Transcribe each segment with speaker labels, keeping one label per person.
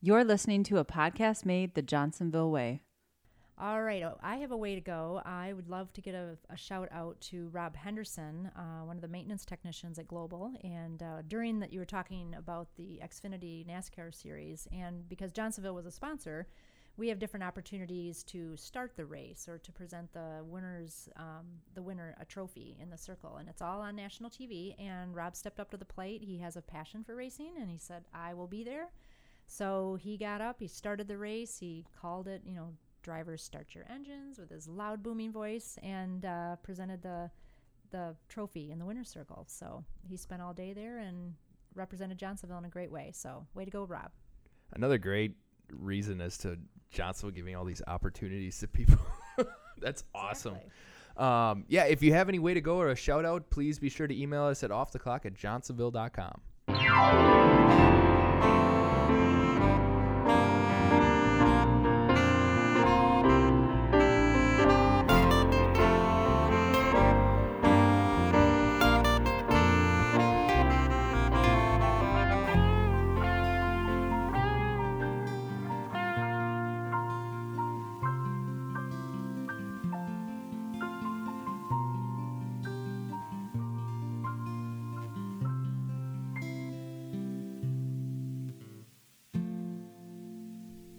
Speaker 1: You're listening to a podcast made the Johnsonville way.
Speaker 2: All right, oh, I have a way to go. I would love to get a, a shout out to Rob Henderson, uh, one of the maintenance technicians at Global. And uh, during that, you were talking about the Xfinity NASCAR series, and because Johnsonville was a sponsor, we have different opportunities to start the race or to present the winners, um, the winner, a trophy in the circle, and it's all on national TV. And Rob stepped up to the plate. He has a passion for racing, and he said, "I will be there." So he got up, he started the race, he called it, you know, drivers start your engines with his loud booming voice and uh, presented the the trophy in the winner's circle. So he spent all day there and represented Johnsonville in a great way. So way to go, Rob.
Speaker 3: Another great reason as to Johnsonville giving all these opportunities to people. That's awesome.
Speaker 2: Exactly.
Speaker 3: Um, yeah, if you have any way to go or a shout out, please be sure to email us at off the clock at johnsonville.com.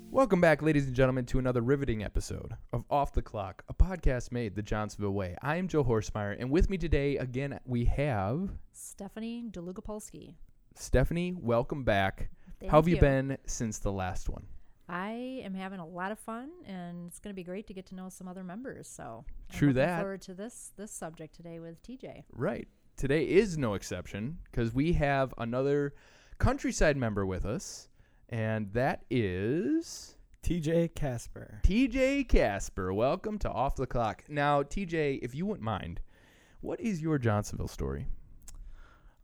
Speaker 3: Welcome back, ladies and gentlemen, to another riveting episode of Off the Clock, a podcast made the Johnsonville way. I am Joe Horsemeyer, and with me today, again, we have
Speaker 2: Stephanie Delugopolsky.
Speaker 3: Stephanie. Welcome back.
Speaker 2: Thank
Speaker 3: How have you
Speaker 2: you.
Speaker 3: been since the last one?
Speaker 2: I am having a lot of fun, and it's going to be great to get to know some other members. So I'm
Speaker 3: True
Speaker 2: looking
Speaker 3: that.
Speaker 2: Forward to this this subject today with TJ.
Speaker 3: Right. Today is no exception because we have another countryside member with us, and that is
Speaker 4: TJ Casper.
Speaker 3: TJ Casper. Welcome to Off the Clock. Now, TJ, if you wouldn't mind, what is your Johnsonville story?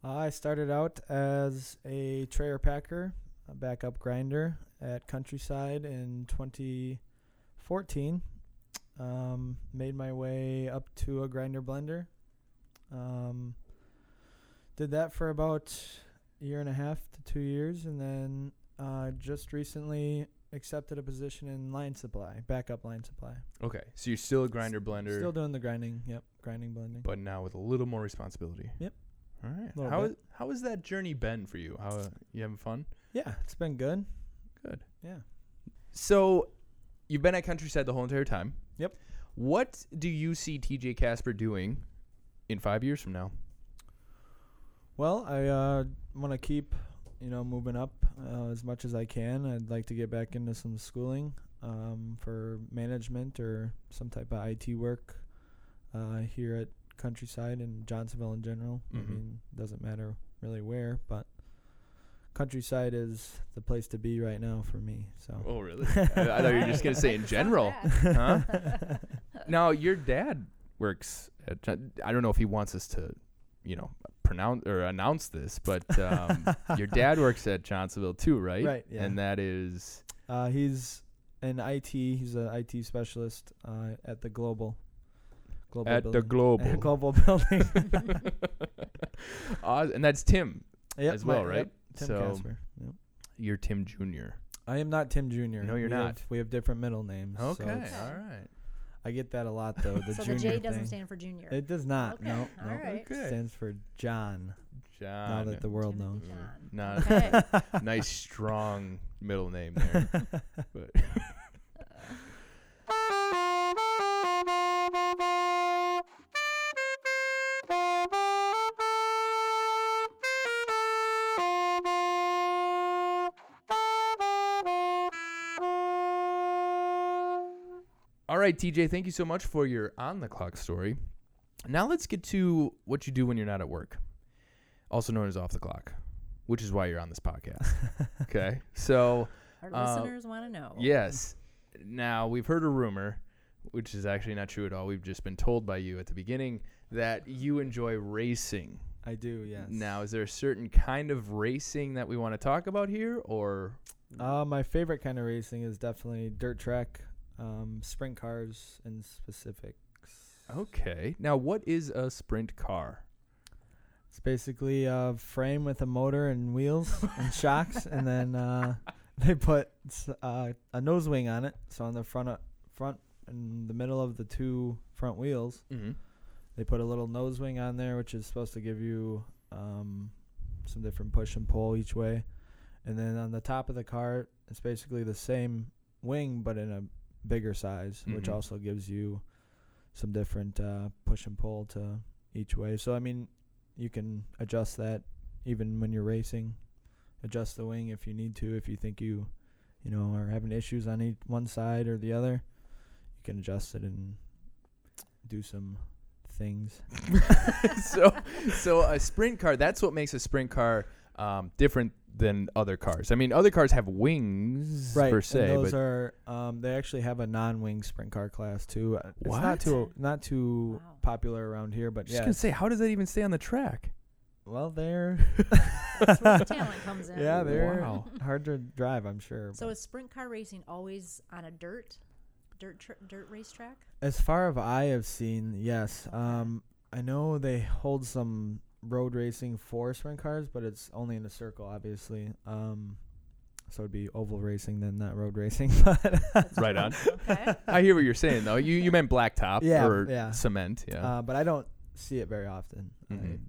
Speaker 4: I started out as a trailer packer, a backup grinder at Countryside in 2014. Um, made my way up to a grinder blender. Um, did that for about a year and a half to two years, and then uh, just recently accepted a position in line supply, backup line supply.
Speaker 3: Okay, so you're still a grinder blender,
Speaker 4: Still doing the grinding. Yep, grinding blending.
Speaker 3: but now with a little more responsibility.
Speaker 4: Yep.
Speaker 3: All right.
Speaker 4: Little
Speaker 3: How
Speaker 4: bit.
Speaker 3: is, how has that journey been for you? How uh, you having fun?
Speaker 4: Yeah, it's been good.
Speaker 3: Good.
Speaker 4: Yeah.
Speaker 3: So, you've been at Countryside the whole entire time.
Speaker 4: Yep.
Speaker 3: What do you see TJ Casper doing in five years from now?
Speaker 4: Well, I uh, want to keep, you know, moving up uh, as much as I can. I'd like to get back into some schooling um, for management or some type of IT work uh, here at Countryside and Johnsonville in general.
Speaker 3: Mhm.
Speaker 4: I mean, doesn't matter really where, but Countryside is the place to be right now for me. So
Speaker 3: Oh, really? I, I thought you were just gonna say in general, huh? now your dad works. At, John- I don't know if he wants us to, you know, pronounce or announce this, but um, your dad works at Johnsonville too, right?
Speaker 4: Right, yeah.
Speaker 3: And that is
Speaker 4: uh, he's an IT. He's an IT specialist uh, at the Global. Global
Speaker 3: at the
Speaker 4: building.
Speaker 3: global.
Speaker 4: Global building.
Speaker 3: Oz- and that's Tim.
Speaker 4: Yep,
Speaker 3: as
Speaker 4: my-
Speaker 3: well, right?
Speaker 4: yep, Tim
Speaker 3: So-
Speaker 4: Casper. Yep.
Speaker 3: You're Tim Junior.
Speaker 4: I am not Tim Jr.
Speaker 3: No, you're
Speaker 4: We have-
Speaker 3: not.
Speaker 4: we have different middle names. so it's-
Speaker 2: all
Speaker 3: right.
Speaker 4: I get that a lot though. The
Speaker 2: so
Speaker 4: junior
Speaker 2: the J
Speaker 4: thing.
Speaker 2: doesn't stand for junior.
Speaker 4: It does not.
Speaker 2: Okay,
Speaker 4: No,
Speaker 2: all
Speaker 4: no.
Speaker 2: right.
Speaker 4: It stands for John. now
Speaker 3: John.
Speaker 4: that the world
Speaker 2: Timothy
Speaker 4: knows.
Speaker 2: John.
Speaker 3: Not
Speaker 2: Okay.
Speaker 3: nice, strong middle name there. But- All right, TJ, thank you so much for your on the clock story. Now let's get to what you do when you're not at work, also known as off the clock, which is why you're on this podcast. okay. So.
Speaker 2: Our
Speaker 3: Uh,
Speaker 2: listeners want to know.
Speaker 3: Yes. Now we've heard a rumor, which is actually not true at all. We've just been told by you at the beginning that you enjoy racing.
Speaker 4: I do. Yes.
Speaker 3: Now, is there a certain kind of racing that we want to talk about here, or
Speaker 4: Uh, my favorite kind of racing is definitely dirt track, um, sprint cars in specifics.
Speaker 3: okay? Now, what is a sprint car?
Speaker 4: It's basically a frame with a motor and wheels and shocks, and then uh, they put s- uh, a nose wing on it. So on the front, uh, front in the middle of the two front wheels,
Speaker 3: Mm-hmm.
Speaker 4: they put a little nose wing on there, which is supposed to give you um, some different push and pull each way. And then on the top of the cart, it's basically the same wing, but in a bigger size, which
Speaker 3: Mhm.
Speaker 4: also gives you some different uh, push and pull to each way. So, I mean, you can adjust that even when you're racing. Adjust the wing if you need to, if you think you, you know, are having issues on each one side or the other. You can adjust it and do some things.
Speaker 3: so so a sprint car that's what makes a sprint car um, different than other cars i mean other cars have wings
Speaker 4: right
Speaker 3: per se
Speaker 4: and those
Speaker 3: but
Speaker 4: are um, they actually have a non-wing sprint car class too Uh, it's
Speaker 3: What?
Speaker 4: not too not too
Speaker 2: Wow.
Speaker 4: popular around here but
Speaker 3: just
Speaker 4: yeah
Speaker 3: gonna say how does that even stay on the track
Speaker 4: well they're
Speaker 2: That's where the talent comes in.
Speaker 4: yeah they're
Speaker 3: Wow.
Speaker 4: hard to drive i'm sure
Speaker 2: So
Speaker 4: but
Speaker 2: is sprint car racing always on a dirt, dirt, tr- dirt racetrack?
Speaker 4: as far as i have seen yes um, i know they hold some road racing for sprint cars but it's only in a circle obviously um, so it'd be oval racing then not road racing but
Speaker 3: right on
Speaker 2: Okay.
Speaker 3: i hear what you're saying though you you meant blacktop
Speaker 4: Yeah,
Speaker 3: or
Speaker 4: yeah.
Speaker 3: cement yeah
Speaker 4: uh, but I don't see it very often.
Speaker 3: Mhm.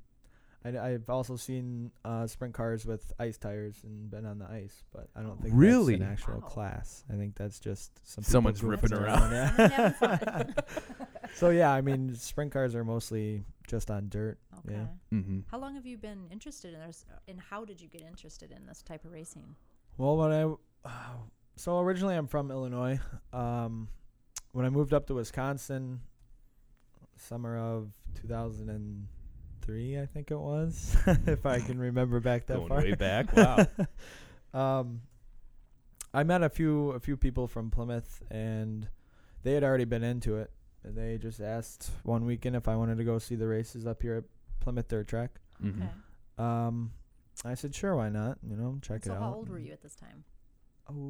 Speaker 4: I, I, have also seen uh, sprint cars with ice tires and been on the ice, but I don't think
Speaker 3: Really?
Speaker 4: that's an actual
Speaker 2: Wow.
Speaker 4: class. I think that's just some people
Speaker 3: Someone's
Speaker 4: goofing
Speaker 3: ripping
Speaker 4: around.
Speaker 2: around.
Speaker 4: yeah.
Speaker 2: Someone having
Speaker 4: so yeah, I mean, sprint cars are mostly just on dirt.
Speaker 2: Okay.
Speaker 4: Yeah.
Speaker 3: mm-hmm.
Speaker 2: How long have you been interested in this, and how did you get interested in this type of racing?
Speaker 4: Well, when I so originally I'm from Illinois. Um, when I moved up to Wisconsin, summer of 2003, I think it was, if I can remember back that
Speaker 3: going
Speaker 4: far.
Speaker 3: way back wow
Speaker 4: um, I met a few a few people from Plymouth, and they had already been into it. And they just asked one weekend if I wanted to go see the races up here at Plymouth Dirt Track.
Speaker 3: Mhm.
Speaker 2: Okay.
Speaker 4: Um, I said sure, why not? You know, check
Speaker 2: So
Speaker 4: it out.
Speaker 2: how old were
Speaker 3: Mm-hmm.
Speaker 2: you at this time?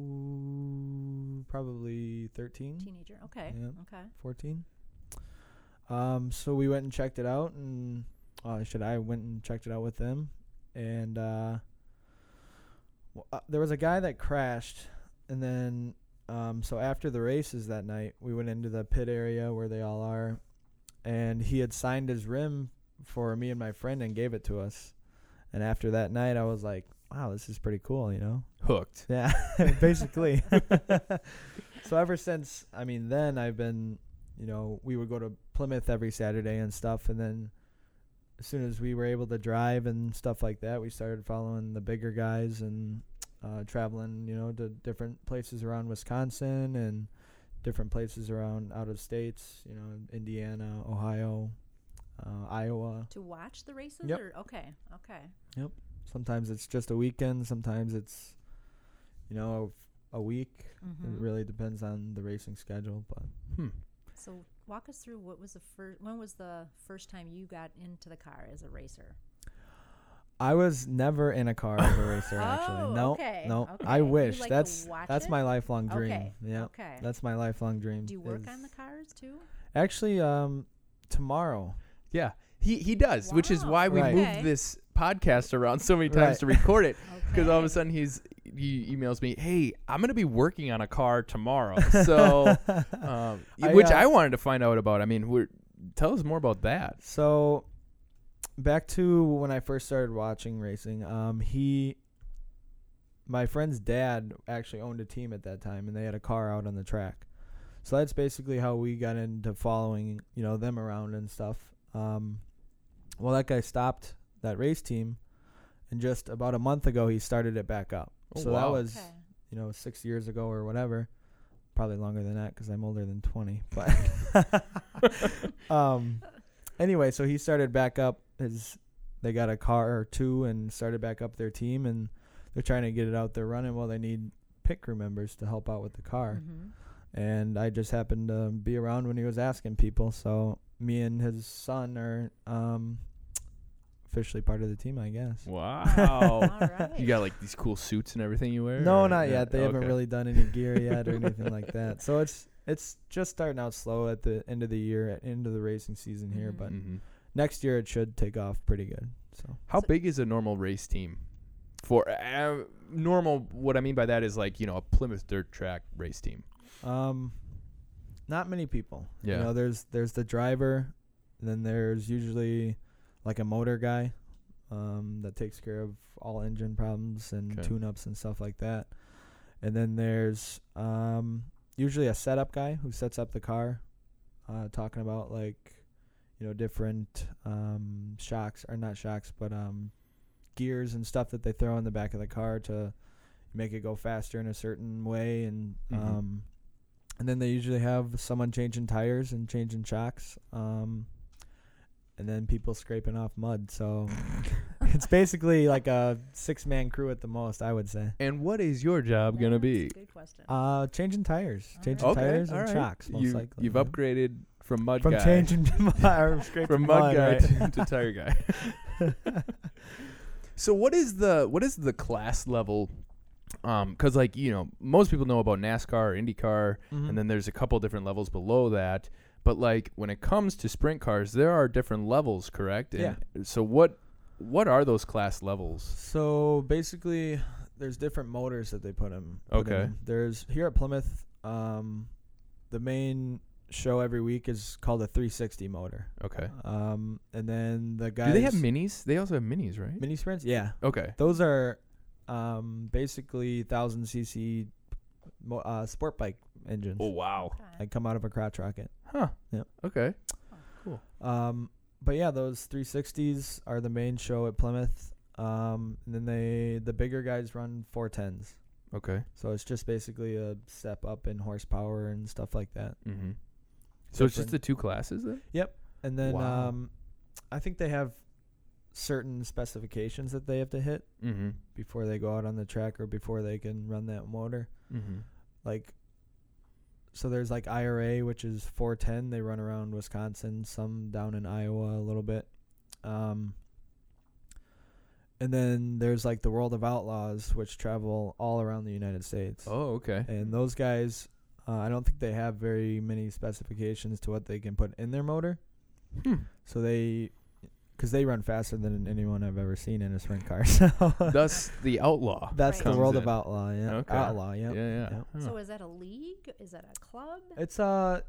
Speaker 4: Oh, probably
Speaker 3: Mm-hmm.
Speaker 4: 13,
Speaker 2: Teenager. Okay.
Speaker 4: Yeah.
Speaker 2: Okay.
Speaker 4: 14. Um, so we went and checked it out, and uh, should I went and checked it out with them, and uh, w- uh, there was a guy that crashed, and then um, so after the races that night, we went into the pit area where they all are, and he had signed his rim for me and my friend and gave it to us, and after that night, I was like, wow, this is pretty cool, you know.
Speaker 3: hooked
Speaker 4: Yeah, basically. so ever since, I mean, then I've been, you know, we would go to Plymouth every Saturday and stuff, and then as soon as we were able to drive and stuff like that, we started following the bigger guys and uh, traveling, you know, to different places around Wisconsin and different places around out of states, you know, Indiana, Ohio, uh, Iowa.
Speaker 2: To watch the races?
Speaker 4: Yep.
Speaker 2: Or, okay. Okay.
Speaker 4: Sometimes it's just a weekend. Sometimes it's, you know, a week. It
Speaker 2: Mhm.
Speaker 4: really depends on the racing schedule, but
Speaker 3: hmm.
Speaker 2: So walk us through what was the first when was the first time you got into the car as a racer?
Speaker 4: I was never in a car as a racer. actually,
Speaker 2: Oh,
Speaker 4: no,
Speaker 2: okay,
Speaker 4: no.
Speaker 2: okay.
Speaker 4: I
Speaker 2: You
Speaker 4: wish
Speaker 2: like to
Speaker 4: that's
Speaker 2: watch
Speaker 4: that's
Speaker 2: it?
Speaker 4: my lifelong dream.
Speaker 2: Okay,
Speaker 4: Yeah,
Speaker 2: Okay.
Speaker 4: that's my lifelong dream.
Speaker 2: Do you work
Speaker 4: is-
Speaker 2: on the cars too?
Speaker 4: Actually, um, tomorrow.
Speaker 3: yeah he he does which is
Speaker 2: Wow.
Speaker 3: why we
Speaker 4: Right.
Speaker 3: moved
Speaker 2: Okay.
Speaker 3: this podcast around so many times
Speaker 4: Right.
Speaker 3: to record it because all of
Speaker 2: Okay.
Speaker 3: a sudden he's he emails me, "Hey, I'm gonna be working on a car tomorrow." So, um,
Speaker 4: I,
Speaker 3: which
Speaker 4: uh,
Speaker 3: I wanted to find out about. I mean, we're, tell us more about that.
Speaker 4: So, back to when I first started watching racing. Um, he, my friend's dad actually owned a team at that time, and they had a car out on the track. So that's basically how we got into following, you know, them around and stuff. Um, well, that guy stopped that race team, and just about a month ago, he started it back up.
Speaker 3: Oh,
Speaker 4: so
Speaker 3: wow.
Speaker 4: that was
Speaker 2: Okay.
Speaker 4: you know, six years ago or whatever. Probably longer than that because I'm older than 20. But um, anyway, so he started back up his. They got a car or two and started back up their team, and they're trying to get it out there running. Well, they need pit crew members to help out with the car,
Speaker 2: Mhm.
Speaker 4: and I just happened to be around when he was asking people. So me and his son are um, officially part of the team, I guess.
Speaker 3: Wow.
Speaker 2: All right.
Speaker 3: you got like these cool suits and everything you wear?
Speaker 4: No,
Speaker 3: or-
Speaker 4: not
Speaker 3: yeah,
Speaker 4: yet. They haven't
Speaker 3: okay.
Speaker 4: really done any gear yet or anything like that. So it's it's just starting out slow at the end of the year, at end of the racing season here.
Speaker 2: Mhm.
Speaker 4: But
Speaker 3: Mhm.
Speaker 4: next year it should take off pretty good. So
Speaker 3: How
Speaker 2: So-
Speaker 3: big is a normal race team? for uh, normal. What I mean by that is like you know a Plymouth dirt track race team.
Speaker 4: Um, not many people.
Speaker 3: Yeah.
Speaker 4: You know, there's there's the driver, then there's usually like a motor guy, um, that takes care of all engine problems and
Speaker 3: 'Kay.
Speaker 4: tune-ups and stuff like that. And then there's um usually a setup guy who sets up the car, uh, talking about like, you know, different um shocks or not shocks, but um gears and stuff that they throw in the back of the car to make it go faster in a certain way and
Speaker 3: Mhm.
Speaker 4: um and then they usually have someone changing tires and changing shocks um and then people scraping off mud so it's basically like a six man crew at the most i would say
Speaker 3: And what is your job gonna
Speaker 2: That's
Speaker 3: be?
Speaker 2: a Good question.
Speaker 4: uh changing tires changing
Speaker 2: Alright. Okay,
Speaker 4: tires and
Speaker 3: alright.
Speaker 4: shocks most
Speaker 3: you,
Speaker 4: likely
Speaker 3: you've
Speaker 4: yeah.
Speaker 3: upgraded from mud
Speaker 4: from
Speaker 3: guy
Speaker 4: changing to mud or scraping
Speaker 3: from mud guy
Speaker 4: right?
Speaker 3: to, to tire guy. so what is the what is the class level? Um, cause like you know most people know about NASCAR, IndyCar,
Speaker 4: Mhm.
Speaker 3: and then there's a couple different levels below that. But like when it comes to sprint cars, there are different levels, correct?
Speaker 4: Yeah.
Speaker 3: And so what what are those class levels?
Speaker 4: So basically, there's different motors that they put in.
Speaker 3: Okay.
Speaker 4: There's here at Plymouth, um, the main show every week is called a 360 motor.
Speaker 3: Okay.
Speaker 4: Um, and then the guys.
Speaker 3: Do they have minis? They also have minis, right?
Speaker 4: mini sprints? Yeah,
Speaker 3: okay.
Speaker 4: those are um, basically thousand cc mo- uh, sport bike engines.
Speaker 3: Oh wow.
Speaker 4: They come out of a crotch rocket.
Speaker 3: Huh.
Speaker 4: Yeah.
Speaker 3: Okay.
Speaker 4: Um, but yeah, those 360s are the main show at Plymouth. Um, and then they the bigger guys run 410s.
Speaker 3: Okay.
Speaker 4: So it's just basically a step up in horsepower and stuff like that.
Speaker 3: Mm-hmm. So it's just
Speaker 4: Different.
Speaker 3: the two classes then?
Speaker 4: And then
Speaker 3: Wow.
Speaker 4: um, I think they have certain specifications that they have to hit
Speaker 3: Mm-hmm.
Speaker 4: before they go out on the track or before they can run that motor.
Speaker 3: Mm-hmm.
Speaker 4: Like, so there's like IRA, which is 410. They run around Wisconsin, some down in Iowa a little bit. Um, and then there's like the World of Outlaws, which travel all around the United States.
Speaker 3: Oh, okay.
Speaker 4: and those guys uh, i don't think they have very many specifications to what they can put in their motor
Speaker 3: Hmm.
Speaker 4: so they because they run faster than anyone i've ever seen in a sprint car so
Speaker 3: Thus the outlaw.
Speaker 4: that's the
Speaker 2: Comes
Speaker 4: world
Speaker 3: in.
Speaker 4: of outlaw yeah
Speaker 3: Okay.
Speaker 4: outlaw yeah.
Speaker 3: Yeah, yeah.
Speaker 4: Yep.
Speaker 3: Huh.
Speaker 2: So is that a league? Is that a club?
Speaker 4: it's uh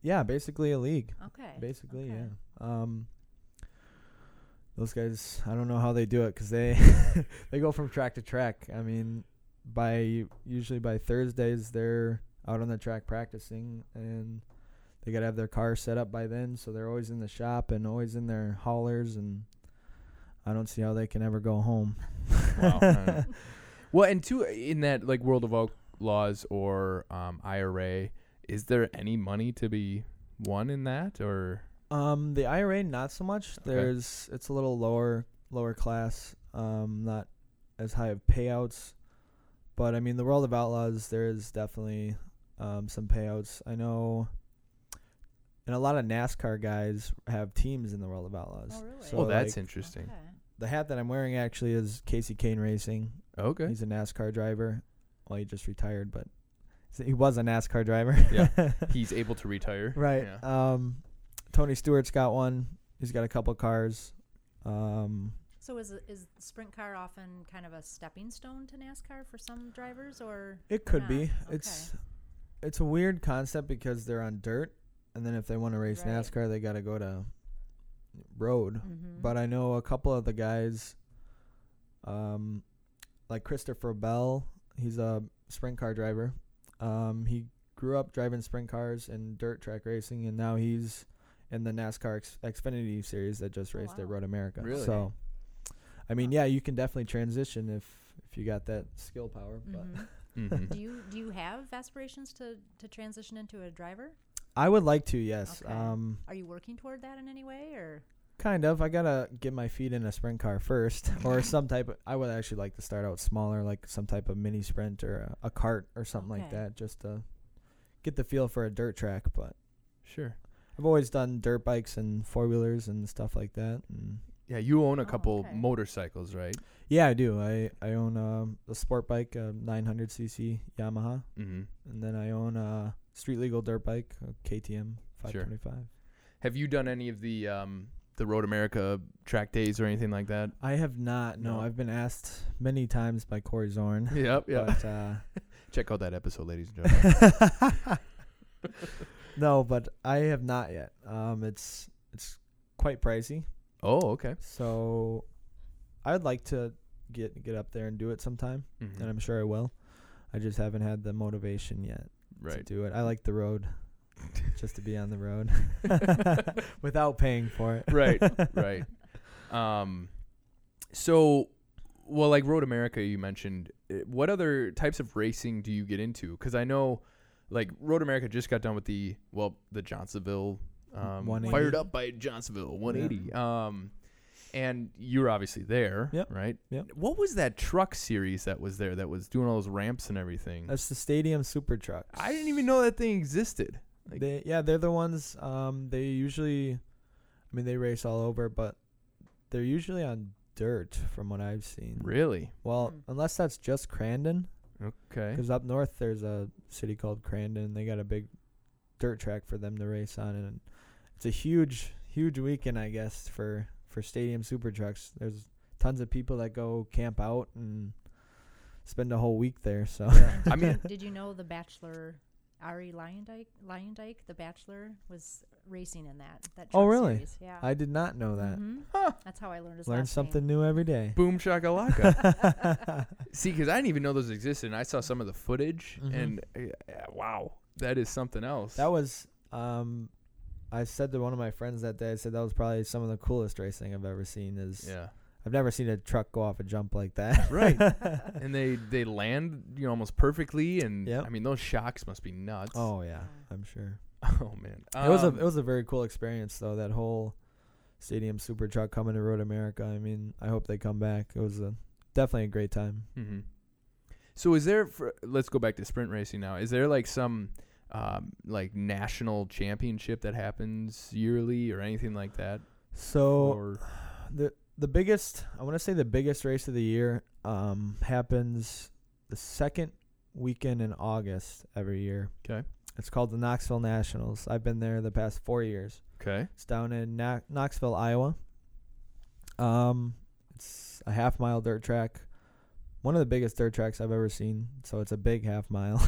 Speaker 4: yeah basically a league
Speaker 2: Okay.
Speaker 4: basically
Speaker 2: okay.
Speaker 4: yeah um those guys i don't know how they do it because they they go from track to track i mean by usually by thursdays they're out on the track practicing and they gotta have their car set up by then so they're always in the shop and always in their haulers and i don't see how they can ever go home
Speaker 3: Wow. I know. well, and two in that like World of Outlaws or um, IRA, is there any money to be won in that or
Speaker 4: Um, the IRA not so much.
Speaker 3: Okay.
Speaker 4: There's it's a little lower lower class. Um, not as high of payouts, but I mean the world of outlaws. There is definitely um some payouts. I know, and a lot of NASCAR guys have teams in the world of outlaws.
Speaker 2: Oh, really?
Speaker 4: So
Speaker 3: Oh, that's
Speaker 4: like,
Speaker 3: interesting.
Speaker 2: Okay.
Speaker 4: the hat that I'm wearing actually is Casey Kane Racing.
Speaker 3: Okay.
Speaker 4: He's a NASCAR driver. Well, he just retired, but he was a NASCAR driver.
Speaker 3: Yeah. He's able to retire.
Speaker 4: Right.
Speaker 3: Yeah.
Speaker 4: Um, Tony Stewart's got one. He's got a couple cars. Um,
Speaker 2: So is is sprint car often kind of a stepping stone to NASCAR for some drivers, or
Speaker 4: it could
Speaker 2: not.
Speaker 4: be.
Speaker 2: Okay.
Speaker 4: It's it's a weird concept because they're on dirt, and then if they want to race
Speaker 2: Right.
Speaker 4: NASCAR, they got to go to road.
Speaker 2: Mhm.
Speaker 4: But I know a couple of the guys, um, like Christopher Bell. He's a sprint car driver. Um, he grew up driving sprint cars and dirt track racing, and now he's in the NASCAR X- Xfinity series that just
Speaker 2: Oh,
Speaker 4: raced at
Speaker 2: wow.
Speaker 4: Road America.
Speaker 3: Really?
Speaker 4: So, I mean, yeah, you can definitely transition if if you got that skill power. But
Speaker 2: Mhm.
Speaker 3: Mhm.
Speaker 2: do you do you have aspirations to to transition into a driver?
Speaker 4: I would like to, yes.
Speaker 2: Okay.
Speaker 4: Um,
Speaker 2: Are you working toward that in any way, or
Speaker 4: Kind of. I gotta get my feet in a sprint car first, or some type. Of, I would actually like to start out smaller, like some type of mini sprint or a, a cart or something like
Speaker 2: Okay.
Speaker 4: that, just to get the feel for a dirt track. But
Speaker 3: Sure.
Speaker 4: I've always done dirt bikes and four wheelers and stuff like that. And
Speaker 3: Yeah, you own a
Speaker 2: Oh,
Speaker 3: couple
Speaker 2: okay.
Speaker 3: motorcycles, right?
Speaker 4: yeah, I do. I I own um, a sport bike, a 900 cc Yamaha,
Speaker 3: Mm-hmm.
Speaker 4: and then I own a street legal dirt bike, a KTM 525.
Speaker 3: Have you done any of the um, the Road America track days or anything like that?
Speaker 4: I have not. No,
Speaker 3: No.
Speaker 4: I've been asked many times by Corey Zorn.
Speaker 3: yep, yep.
Speaker 4: But, uh,
Speaker 3: Check out that episode, ladies and gentlemen.
Speaker 4: no, but I have not yet. Um, it's it's quite pricey,
Speaker 3: oh, okay.
Speaker 4: so I'd like to get get up there and do it sometime,
Speaker 3: Mhm.
Speaker 4: and I'm sure I will. I just haven't had the motivation yet to
Speaker 3: Right.
Speaker 4: do it. I like the road, just to be on the road without paying for it.
Speaker 3: right. Right. Um, so, well, like Road America, you mentioned. eh, What other types of racing do you get into? Because I know, like Road America just got done with the well, the Johnsonville, um,
Speaker 4: 180.
Speaker 3: fired up by Johnsonville 180. Um, and you were obviously there,
Speaker 4: Yep.
Speaker 3: right?
Speaker 4: Yep.
Speaker 3: What was that truck series that was there that was doing all those ramps and everything?
Speaker 4: That's the stadium super truck.
Speaker 3: Hmm. I didn't even know that thing existed. Like-
Speaker 4: They yeah, they're the ones. Um, they usually, I mean, they race all over, but they're usually on dirt, from what I've seen.
Speaker 3: Really?
Speaker 4: Well,
Speaker 2: Hmm.
Speaker 4: unless that's just Crandon,
Speaker 3: Okay.
Speaker 4: because up north there's a city called Crandon. and They got a big dirt track for them to race on, and it's a huge, huge weekend, I guess, for for stadium super trucks. There's tons of people that go camp out and spend a whole week there. So
Speaker 3: I mean,
Speaker 2: Did you know the Bachelor Ari Lyondike, Lyondike, the Bachelor was racing in that? that
Speaker 4: Oh,
Speaker 2: truck
Speaker 4: really?
Speaker 2: Series. Yeah.
Speaker 4: I did not know that.
Speaker 2: Mhm.
Speaker 3: Huh.
Speaker 2: That's how I learned his
Speaker 4: Learn
Speaker 2: last name.
Speaker 4: something new every day.
Speaker 3: boom shakalaka. See, because I didn't even know those existed, and I saw some of the footage,
Speaker 4: Mhm.
Speaker 3: and uh, uh, wow, that is something else.
Speaker 4: That was um I said to one of my friends that day, I said that was probably some of the coolest racing I've ever seen is
Speaker 3: yeah,
Speaker 4: I've never seen a truck go off a jump like that.
Speaker 3: right. and they they land you know, almost perfectly, and
Speaker 4: Yep.
Speaker 3: I mean those shocks must be nuts.
Speaker 4: oh yeah,
Speaker 2: Yeah.
Speaker 4: I'm sure.
Speaker 3: Oh, man,
Speaker 4: it was a
Speaker 3: Um,
Speaker 4: it was a very cool experience though, that whole stadium super truck coming to Road America. I mean, I hope they come back. It was a definitely a great time.
Speaker 3: mhm. So is there? For, let's go back to sprint racing now. Is there like some um, like national championship that happens yearly or anything like that?
Speaker 4: So
Speaker 3: Or-
Speaker 4: the the biggest I want to say the biggest race of the year um, happens the second weekend in August every year.
Speaker 3: 'Kay.
Speaker 4: It's called the Knoxville Nationals. I've been there the past four years.
Speaker 3: okay,
Speaker 4: It's down in Na- Knoxville, Iowa. Um, it's a half mile dirt track, one of the biggest dirt tracks I've ever seen. So it's a big half mile.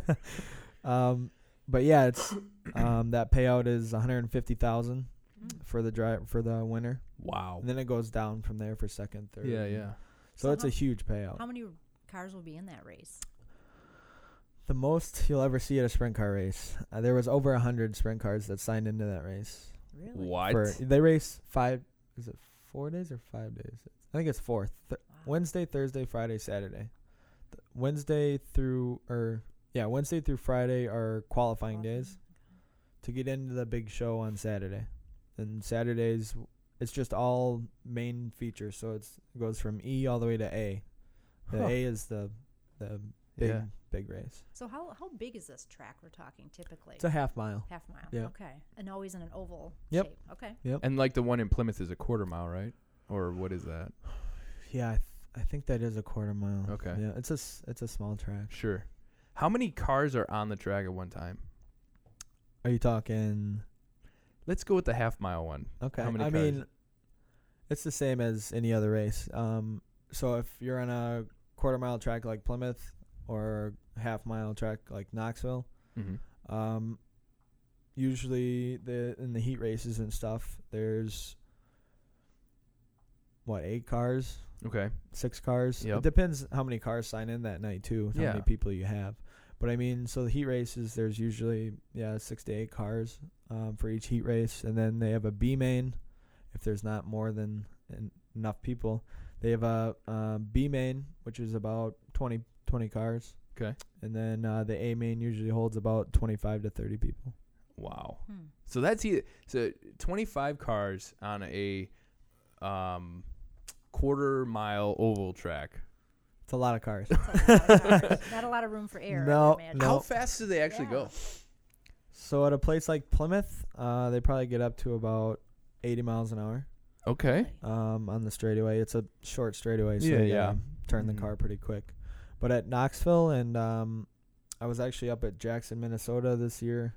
Speaker 4: um, but yeah, it's um, that payout is one hundred fifty thousand
Speaker 2: Mm.
Speaker 4: for the drive for the winner.
Speaker 3: wow,
Speaker 4: And then it goes down from there for second, third.
Speaker 3: yeah,
Speaker 4: and-
Speaker 3: yeah.
Speaker 4: So,
Speaker 2: So
Speaker 4: it's a
Speaker 2: how-
Speaker 4: huge payout.
Speaker 2: How many cars will be in that race?
Speaker 4: the most you'll ever see at a sprint car race. Uh, there was over a hundred sprint cars that signed into that race.
Speaker 2: Really?
Speaker 3: What?
Speaker 4: For, they race five. Is it four days or five days? I think it's four. Th-
Speaker 2: Wow.
Speaker 4: Wednesday, Thursday, Friday, Saturday. Th- Wednesday through or yeah, Wednesday through Friday are qualifying
Speaker 2: mm,
Speaker 4: days to get into the big show on Saturday. And Saturdays, it's just all main features. So it's it goes from E all the way to A. The
Speaker 3: Huh.
Speaker 4: A is the the big
Speaker 3: Yeah.
Speaker 4: big race.
Speaker 2: So how how big is this track we're talking typically?
Speaker 4: It's a half mile.
Speaker 2: half mile.
Speaker 4: yeah.
Speaker 2: Okay. And always in an oval
Speaker 4: Yep.
Speaker 2: shape. Okay.
Speaker 3: And like the one in Plymouth is a quarter mile, right? Or what is that?
Speaker 4: Yeah, I, th- I think that is a quarter mile.
Speaker 3: Okay.
Speaker 4: Yeah, it's a s- it's a small track.
Speaker 3: Sure. How many cars are on the track at one time?
Speaker 4: Are you talking?
Speaker 3: Let's go with the half mile one.
Speaker 4: Okay.
Speaker 3: How many
Speaker 4: I
Speaker 3: cars?
Speaker 4: mean, it's the same as any other race. Um, so if you're on a quarter mile track like Plymouth or half mile track like Knoxville,
Speaker 3: Mm-hmm.
Speaker 4: um, usually the in the heat races and stuff, there's what eight cars,
Speaker 3: Okay.
Speaker 4: six cars.
Speaker 3: Yep.
Speaker 4: It depends how many cars sign in that night too, how
Speaker 3: Yeah.
Speaker 4: many people you have. But I mean, so the heat races, there's usually yeah six to eight cars um, for each heat race, and then they have a B main. If there's not more than en- enough people, they have a uh, B main, which is about 20, 20 cars.
Speaker 3: 'Kay.
Speaker 4: And then uh, the A main usually holds about twenty five to thirty people.
Speaker 3: Wow.
Speaker 2: Hmm.
Speaker 3: So that's either so 25 cars on a um quarter mile oval track.
Speaker 4: It's a lot of cars.
Speaker 2: That's a lot of cars. Not a lot of room for air. I would
Speaker 4: No,
Speaker 2: imagine.
Speaker 4: no.
Speaker 3: How fast do they actually
Speaker 2: Yeah.
Speaker 3: go?
Speaker 4: so at a place like Plymouth, uh, they probably get up to about eighty miles an hour.
Speaker 3: Okay.
Speaker 2: Really?
Speaker 4: um, on the straightaway. It's a short straightaway, so
Speaker 3: Yeah,
Speaker 4: yeah,
Speaker 3: yeah.
Speaker 4: turn
Speaker 3: Mhm.
Speaker 4: the car pretty quick. But at Knoxville, and um, I was actually up at Jackson, Minnesota this year.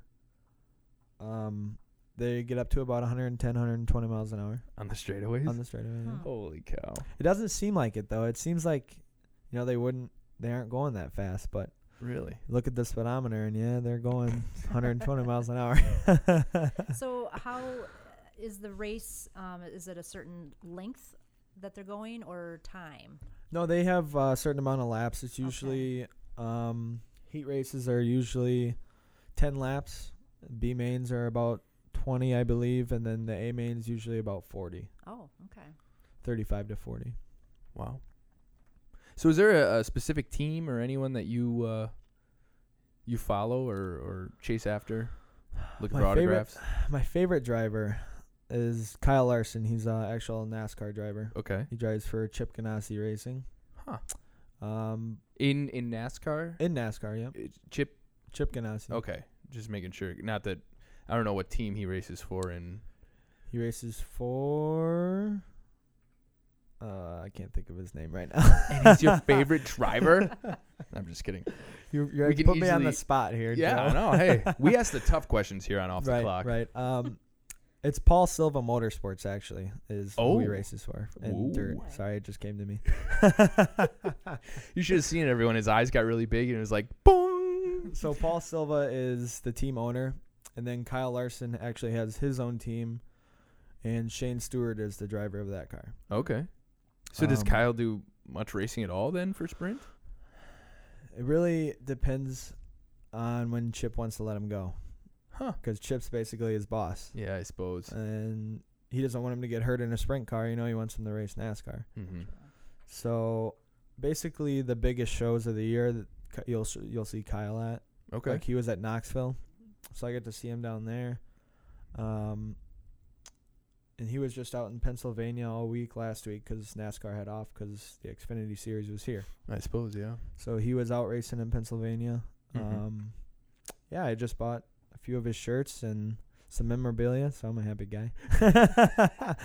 Speaker 4: Um, They get up to about 110, 120 miles an hour
Speaker 3: on the straightaways.
Speaker 4: on the straightaway. yeah.
Speaker 2: Huh.
Speaker 3: Holy cow!
Speaker 4: It doesn't seem like it though. It seems like, you know, they wouldn't, they aren't going that fast. But
Speaker 3: Really?
Speaker 4: look at the speedometer, and yeah, they're going 120 miles an hour.
Speaker 2: So how is the race? Um, is it a certain length that they're going or time?
Speaker 4: No, they have a certain amount of laps. It's usually um, heat races are usually ten laps. B mains are about twenty, I believe, and then the A mains usually about 40,
Speaker 2: Oh, okay.
Speaker 4: 35 to forty.
Speaker 3: Wow. So is there a, a specific team or anyone that you uh, you follow or, or chase after? Looking
Speaker 4: My
Speaker 3: for
Speaker 4: favorite-
Speaker 3: autographs.
Speaker 4: My favorite driver is Kyle Larson. He's an actual NASCAR driver.
Speaker 3: Okay.
Speaker 4: He drives for Chip Ganassi Racing.
Speaker 3: Huh.
Speaker 4: Um,
Speaker 3: In in NASCAR,
Speaker 4: in NASCAR, yeah.
Speaker 3: It's Chip.
Speaker 4: Chip Ganassi.
Speaker 3: Okay, just making sure. Not that I don't know what team he races for. In
Speaker 4: He races for. Uh, I can't think of his name right now.
Speaker 3: and he's your favorite driver. I'm just kidding.
Speaker 4: You you
Speaker 3: We can
Speaker 4: put me on the
Speaker 3: easily-
Speaker 4: spot here.
Speaker 3: Yeah, I
Speaker 4: Joe.
Speaker 3: know. Hey, we ask the tough questions here on Off
Speaker 4: right,
Speaker 3: the Clock.
Speaker 4: Right. Um, it's Paul Silva Motorsports actually is who he
Speaker 3: Oh.
Speaker 4: races for. And dirt.
Speaker 2: Ooh.
Speaker 4: Sorry, it just came to me.
Speaker 3: You should have seen everyone. His eyes got really big and it was like, boom.
Speaker 4: so Paul Silva is the team owner, and then Kyle Larson actually has his own team, and Shane Stewart is the driver of that car.
Speaker 3: Okay. So does
Speaker 4: Um,
Speaker 3: Kyle do much racing at all then for sprint?
Speaker 4: It really depends on when Chip wants to let him go,
Speaker 3: Huh.
Speaker 4: because Chip's basically his boss,
Speaker 3: Yeah, I suppose.
Speaker 4: and he doesn't want him to get hurt in a sprint car. You know, he wants him to race NASCAR.
Speaker 3: hmm
Speaker 4: So basically, the biggest shows of the year that Ki- you'll s- you'll see Kyle at.
Speaker 3: Okay.
Speaker 4: Like he was at Knoxville, so I get to see him down there. Um, and he was just out in Pennsylvania all week last week 'cause NASCAR had off 'cause the Xfinity Series was here.
Speaker 3: I suppose, yeah.
Speaker 4: So he was out racing in Pennsylvania.
Speaker 3: Mhm.
Speaker 4: Um, yeah, I just bought a few of his shirts and some memorabilia, so I'm a happy guy.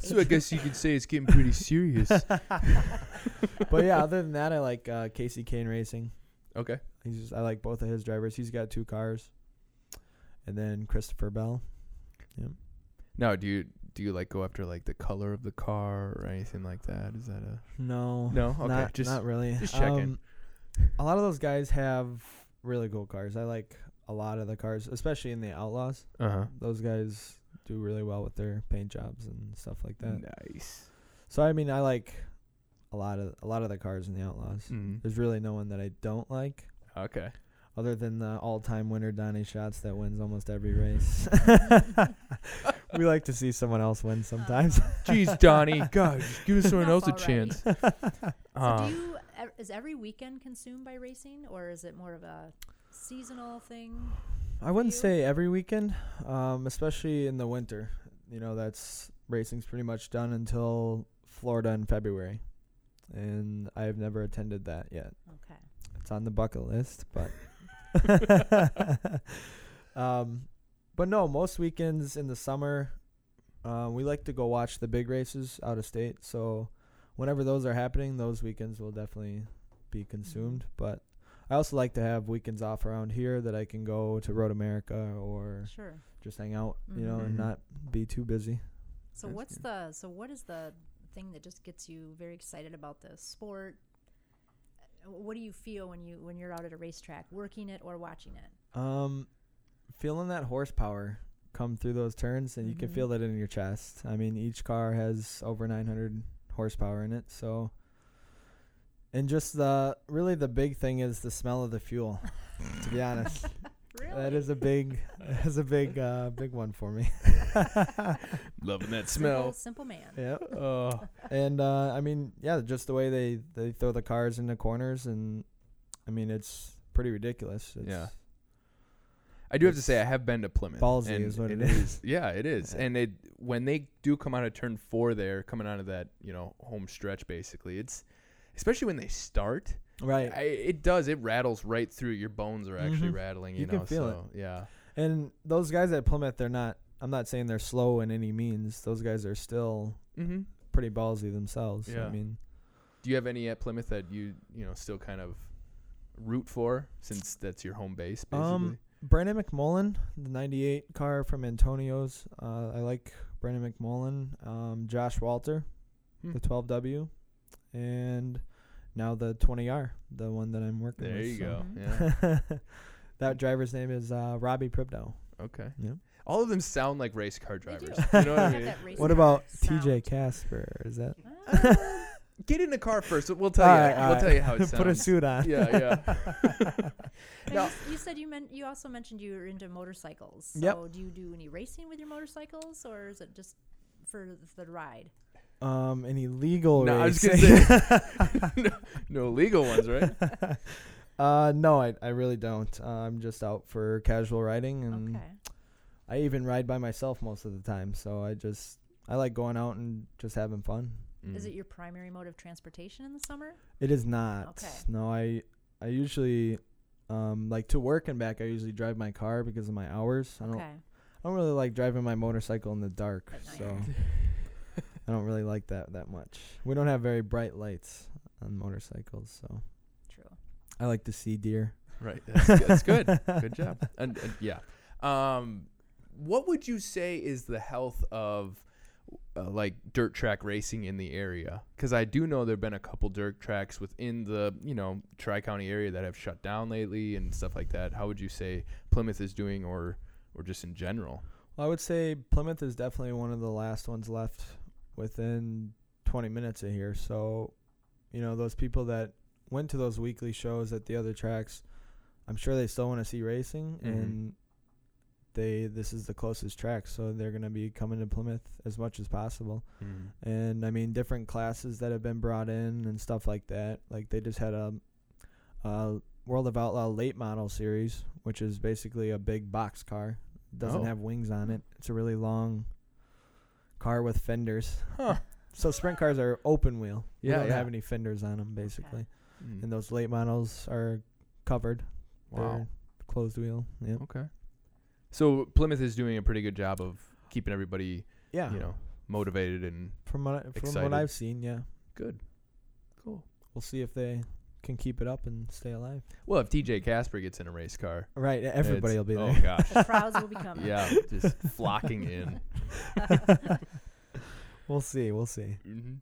Speaker 3: So I guess you could say it's getting pretty serious.
Speaker 4: but yeah, other than that, I like uh, Casey Kane Racing.
Speaker 3: okay.
Speaker 4: He's just, I like both of his drivers. He's got two cars, and then Christopher Bell.
Speaker 3: Now, do you do you like go after like the color of the car or anything like that? Is that a
Speaker 4: No,
Speaker 3: No? Okay,
Speaker 4: not,
Speaker 3: just-
Speaker 4: not really.
Speaker 3: just checking.
Speaker 4: Um, a lot of those guys have really cool cars. I like a lot of the cars, especially in the Outlaws.
Speaker 3: uh huh?
Speaker 4: Those guys do really well with their paint jobs and stuff like that.
Speaker 3: Nice.
Speaker 4: So I mean, I like a lot of a lot of the cars in the Outlaws.
Speaker 3: hmm
Speaker 4: There's really no one that I don't like.
Speaker 3: Okay.
Speaker 4: other than the all-time winner Donnie Shots that wins almost every race. we like to see someone else win sometimes.
Speaker 2: Uh-huh.
Speaker 3: Jeez, Donnie, God, just give someone
Speaker 2: Enough
Speaker 3: else a
Speaker 2: already.
Speaker 3: chance.
Speaker 2: So
Speaker 3: Um,
Speaker 2: do you ev- is every weekend consumed by racing or is it more of a seasonal thing?
Speaker 4: I wouldn't
Speaker 2: You?
Speaker 4: say every weekend, um, especially in the winter. You know, that's racing's pretty much done until Florida in February, and I've never attended that yet.
Speaker 2: Okay.
Speaker 4: It's on the bucket list, but um, but no, most weekends in the summer, uh, we like to go watch the big races out of state. So whenever those are happening, those weekends will definitely be
Speaker 2: Mm-hmm.
Speaker 4: consumed. But I also like to have weekends off around here that I can go to Road America or
Speaker 2: Sure.
Speaker 4: just hang out, you know,
Speaker 3: Mhm.
Speaker 4: and not be too busy.
Speaker 2: So
Speaker 3: That's
Speaker 2: what's
Speaker 3: good.
Speaker 2: the so what is the thing that just gets you very excited about the sport? Uh, What do you feel when you when you're out at a racetrack, working it or watching it?
Speaker 4: Um, feeling that horsepower come through those turns, and you can
Speaker 2: Mhm.
Speaker 4: feel that in your chest. I mean, each car has over 900 horsepower in it, so. And just the really the big thing is the smell of the fuel. to be honest, that is a big that is a big uh, big one for me.
Speaker 3: Loving that
Speaker 2: Simple,
Speaker 3: smell.
Speaker 2: simple man.
Speaker 4: yeah,
Speaker 3: Oh,
Speaker 4: and uh, I mean, yeah, just the way they they throw the cars in the corners, and I mean, it's pretty ridiculous. It's,
Speaker 3: Yeah. I do have to say I have been to Plymouth.
Speaker 4: Ballsy
Speaker 3: and
Speaker 4: is what it
Speaker 3: is. Yeah, it is.
Speaker 4: Yeah.
Speaker 3: And it when they do come out of turn four, there coming out of that you know home stretch, basically, it's especially when they start.
Speaker 4: right.
Speaker 3: I, it does. It rattles right through. Your bones are actually
Speaker 4: Mhm.
Speaker 3: rattling. You,
Speaker 4: You
Speaker 3: know,
Speaker 4: can feel it.
Speaker 3: so, Yeah.
Speaker 4: And those guys at Plymouth, they're not. I'm not saying they're slow in any means. Those guys are still
Speaker 3: Mm-hmm.
Speaker 4: pretty ballsy themselves.
Speaker 3: Yeah.
Speaker 4: I mean,
Speaker 3: Do you have any at Plymouth that you you know still kind of root for since that's your home base? Basically.
Speaker 4: Um, Brandon McMullen, the 98 car from Antonio's. Uh, I like Brandon McMullen, um, Josh Walter,
Speaker 3: Hmm.
Speaker 4: the 12W, and now the 20R, the one that I'm working
Speaker 3: There
Speaker 4: with.
Speaker 3: you
Speaker 4: so.
Speaker 3: go.
Speaker 2: Mhm.
Speaker 3: Yeah.
Speaker 4: that driver's name is uh, Robbie Pribdow.
Speaker 3: Okay.
Speaker 4: Yeah.
Speaker 3: All of them sound like race car
Speaker 2: They do.
Speaker 3: drivers. You know what I
Speaker 2: They have
Speaker 3: mean?
Speaker 2: that race
Speaker 4: What
Speaker 2: car
Speaker 4: about
Speaker 2: sound.
Speaker 4: TJ Casper? Is that?
Speaker 2: Ah,
Speaker 3: Get in the car first. We'll tell
Speaker 4: All
Speaker 3: you.
Speaker 4: right, all
Speaker 3: we'll
Speaker 4: right.
Speaker 3: tell you how it sounds.
Speaker 4: Put a suit on.
Speaker 3: Yeah, yeah.
Speaker 2: and
Speaker 3: No.
Speaker 2: you, s- you said you meant you also mentioned you were into motorcycles. So
Speaker 4: Yep.
Speaker 2: do you do any racing with your motorcycles, or is it just for the ride?
Speaker 4: Um, an illegal
Speaker 3: No, I was
Speaker 4: racing.
Speaker 3: gonna say no, no legal ones, right?
Speaker 4: uh, no, I, I really don't. Uh, I'm just out for casual riding, and
Speaker 2: Okay.
Speaker 4: I even ride by myself most of the time. So I just I like going out and just having fun.
Speaker 2: Is it your primary mode of transportation in the summer?
Speaker 4: It is not.
Speaker 2: Okay.
Speaker 4: No, I I usually um like to work and back. I usually drive my car because of my hours. I don't
Speaker 2: Okay.
Speaker 4: I don't really like driving my motorcycle in the dark.
Speaker 2: At night.
Speaker 4: So I don't really like that that much. We don't have very bright lights on motorcycles, so
Speaker 2: True.
Speaker 4: I like to see deer.
Speaker 3: Mm, right? That's, g- that's good. good job. And, and yeah, um, what would you say is the health of uh, like dirt track racing in the area? Because I do know there've been a couple dirt tracks within the you know Tri County area that have shut down lately and stuff like that. How would you say Plymouth is doing, or or just in general?
Speaker 4: Well, I would say Plymouth is definitely one of the last ones left within 20 minutes of here. So, you know, those people that went to those weekly shows at the other tracks, I'm sure they still want to see racing
Speaker 3: Mhm.
Speaker 4: and they this is the closest track, so they're going to be coming to Plymouth as much as possible. And I mean different classes that have been brought in and stuff like that. Like they just had a uh World of Outlaw late model series, which is basically a big box car. Doesn't
Speaker 3: Oh.
Speaker 4: have wings on it. It's a really long car with fenders.
Speaker 3: Huh.
Speaker 4: So sprint cars are open wheel. You
Speaker 3: Yeah,
Speaker 4: don't
Speaker 3: yeah.
Speaker 4: have any fenders on them basically.
Speaker 3: Mm.
Speaker 4: And those late models are covered.
Speaker 3: Wow.
Speaker 4: They're closed wheel. Yeah.
Speaker 3: Okay. So Plymouth is doing a pretty good job of keeping everybody
Speaker 4: Yeah.
Speaker 3: you know motivated and
Speaker 4: from what I, from
Speaker 3: excited.
Speaker 4: what I've seen, yeah.
Speaker 3: good. Cool.
Speaker 4: We'll see if they can keep it up and stay alive.
Speaker 3: Well, if TJ Casper gets in a race car,
Speaker 4: Right, e, everybody
Speaker 3: it's-
Speaker 4: will be
Speaker 3: Oh
Speaker 4: there.
Speaker 3: gosh.
Speaker 2: Crowds will be coming.
Speaker 3: yeah, just flocking in.
Speaker 4: We'll see. We'll see.
Speaker 2: Mm-hmm.
Speaker 3: Mhm.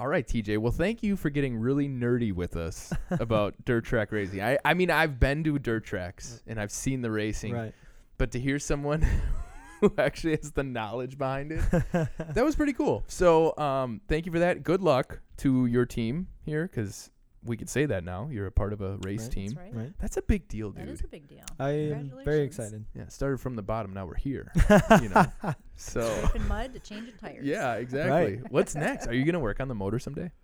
Speaker 3: All right, TJ. Well, thank you for getting really nerdy with us about dirt track racing. I, I mean, I've been to dirt tracks and I've seen the racing,
Speaker 4: Right.
Speaker 3: but to hear someone who actually has the knowledge behind it, that was pretty cool. So, um, thank you for that. Good luck to your team here because we could say that now. You're a part of a race
Speaker 4: Right.
Speaker 2: That's
Speaker 3: team.
Speaker 2: right.
Speaker 4: Right. Uh,
Speaker 3: That's a big deal,
Speaker 2: That
Speaker 3: dude.
Speaker 2: is a big deal.
Speaker 4: I am very excited.
Speaker 2: Congratulations.
Speaker 3: yeah, it started from the bottom. Now we're here. you know, so.
Speaker 2: Scraping mud to change the tires.
Speaker 3: Yeah, exactly. What's next? Are you gonna work on the motor someday?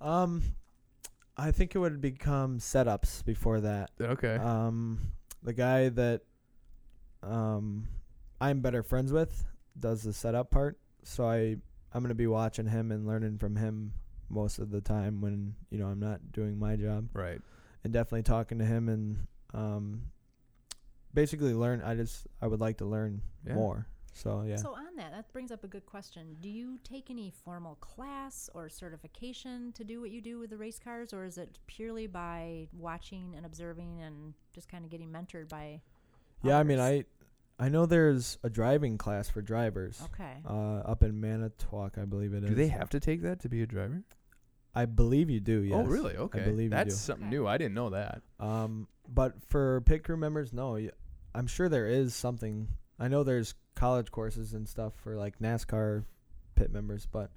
Speaker 4: Um, I think it would become setups before that.
Speaker 3: Okay.
Speaker 4: Um, the guy that um I'm better friends with does the setup part, so I I'm gonna be watching him and learning from him most of the time when you know I'm not doing my job,
Speaker 3: right.
Speaker 4: and definitely talking to him and um, basically learn. I just I would like to learn
Speaker 3: Yeah.
Speaker 4: more. So yeah.
Speaker 2: So on that, that brings up a good question. Do you take any formal class or certification to do what you do with the race cars, or is it purely by watching and observing and just kind of getting mentored by?
Speaker 4: Yeah, I mean,
Speaker 2: others?
Speaker 4: I I know there's a driving class for drivers
Speaker 2: Okay.
Speaker 4: uh, up in Manitowoc, I believe it is.
Speaker 3: Do they have to take that to be a driver?
Speaker 4: I believe you do. Yes.
Speaker 3: Oh, really? Okay.
Speaker 4: believe you
Speaker 3: That's
Speaker 4: do.
Speaker 3: something
Speaker 2: Okay.
Speaker 3: new. I didn't know that.
Speaker 4: Um, but for pit crew members, no. Y- I'm sure there is something. I know there's college courses and stuff for like NASCAR pit members, but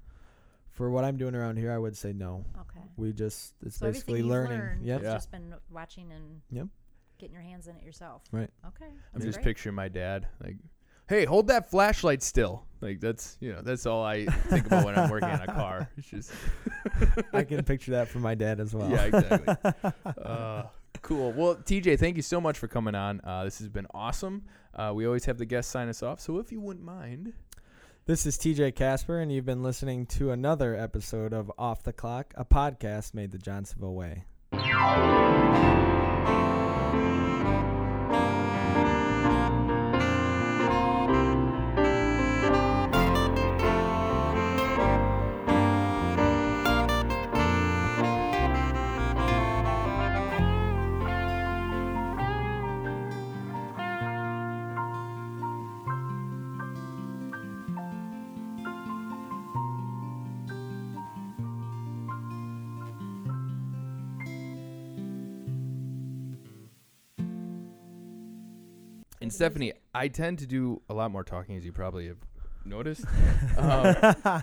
Speaker 4: for what I'm doing around here, I would say no.
Speaker 2: Okay.
Speaker 4: We just it's
Speaker 2: so everything
Speaker 4: basically
Speaker 2: you've
Speaker 4: learning.
Speaker 2: learned,
Speaker 4: Yep.
Speaker 2: you've
Speaker 3: Yeah.
Speaker 2: just been watching and
Speaker 4: Yep.
Speaker 2: getting your hands in it yourself.
Speaker 4: Right.
Speaker 2: Okay.
Speaker 3: I'm
Speaker 2: that's
Speaker 3: just
Speaker 2: great.
Speaker 3: picturing my dad like, "Hey, hold that flashlight still." Like that's you know that's all I think about when I'm working on a car. It's just
Speaker 4: I can picture that for my dad as well.
Speaker 3: yeah, exactly. uh, cool. Well, TJ, thank you so much for coming on. Uh, this has been awesome. Uh, we always have the guests sign us off, so if you wouldn't mind,
Speaker 4: This is TJ Casper, and you've been listening to another episode of Off the Clock, a podcast made the Johnsonville way.
Speaker 3: And
Speaker 2: Make it
Speaker 3: Stephanie,
Speaker 2: easy.
Speaker 3: I tend to do a lot more talking, as you probably have noticed. Um,
Speaker 4: yeah.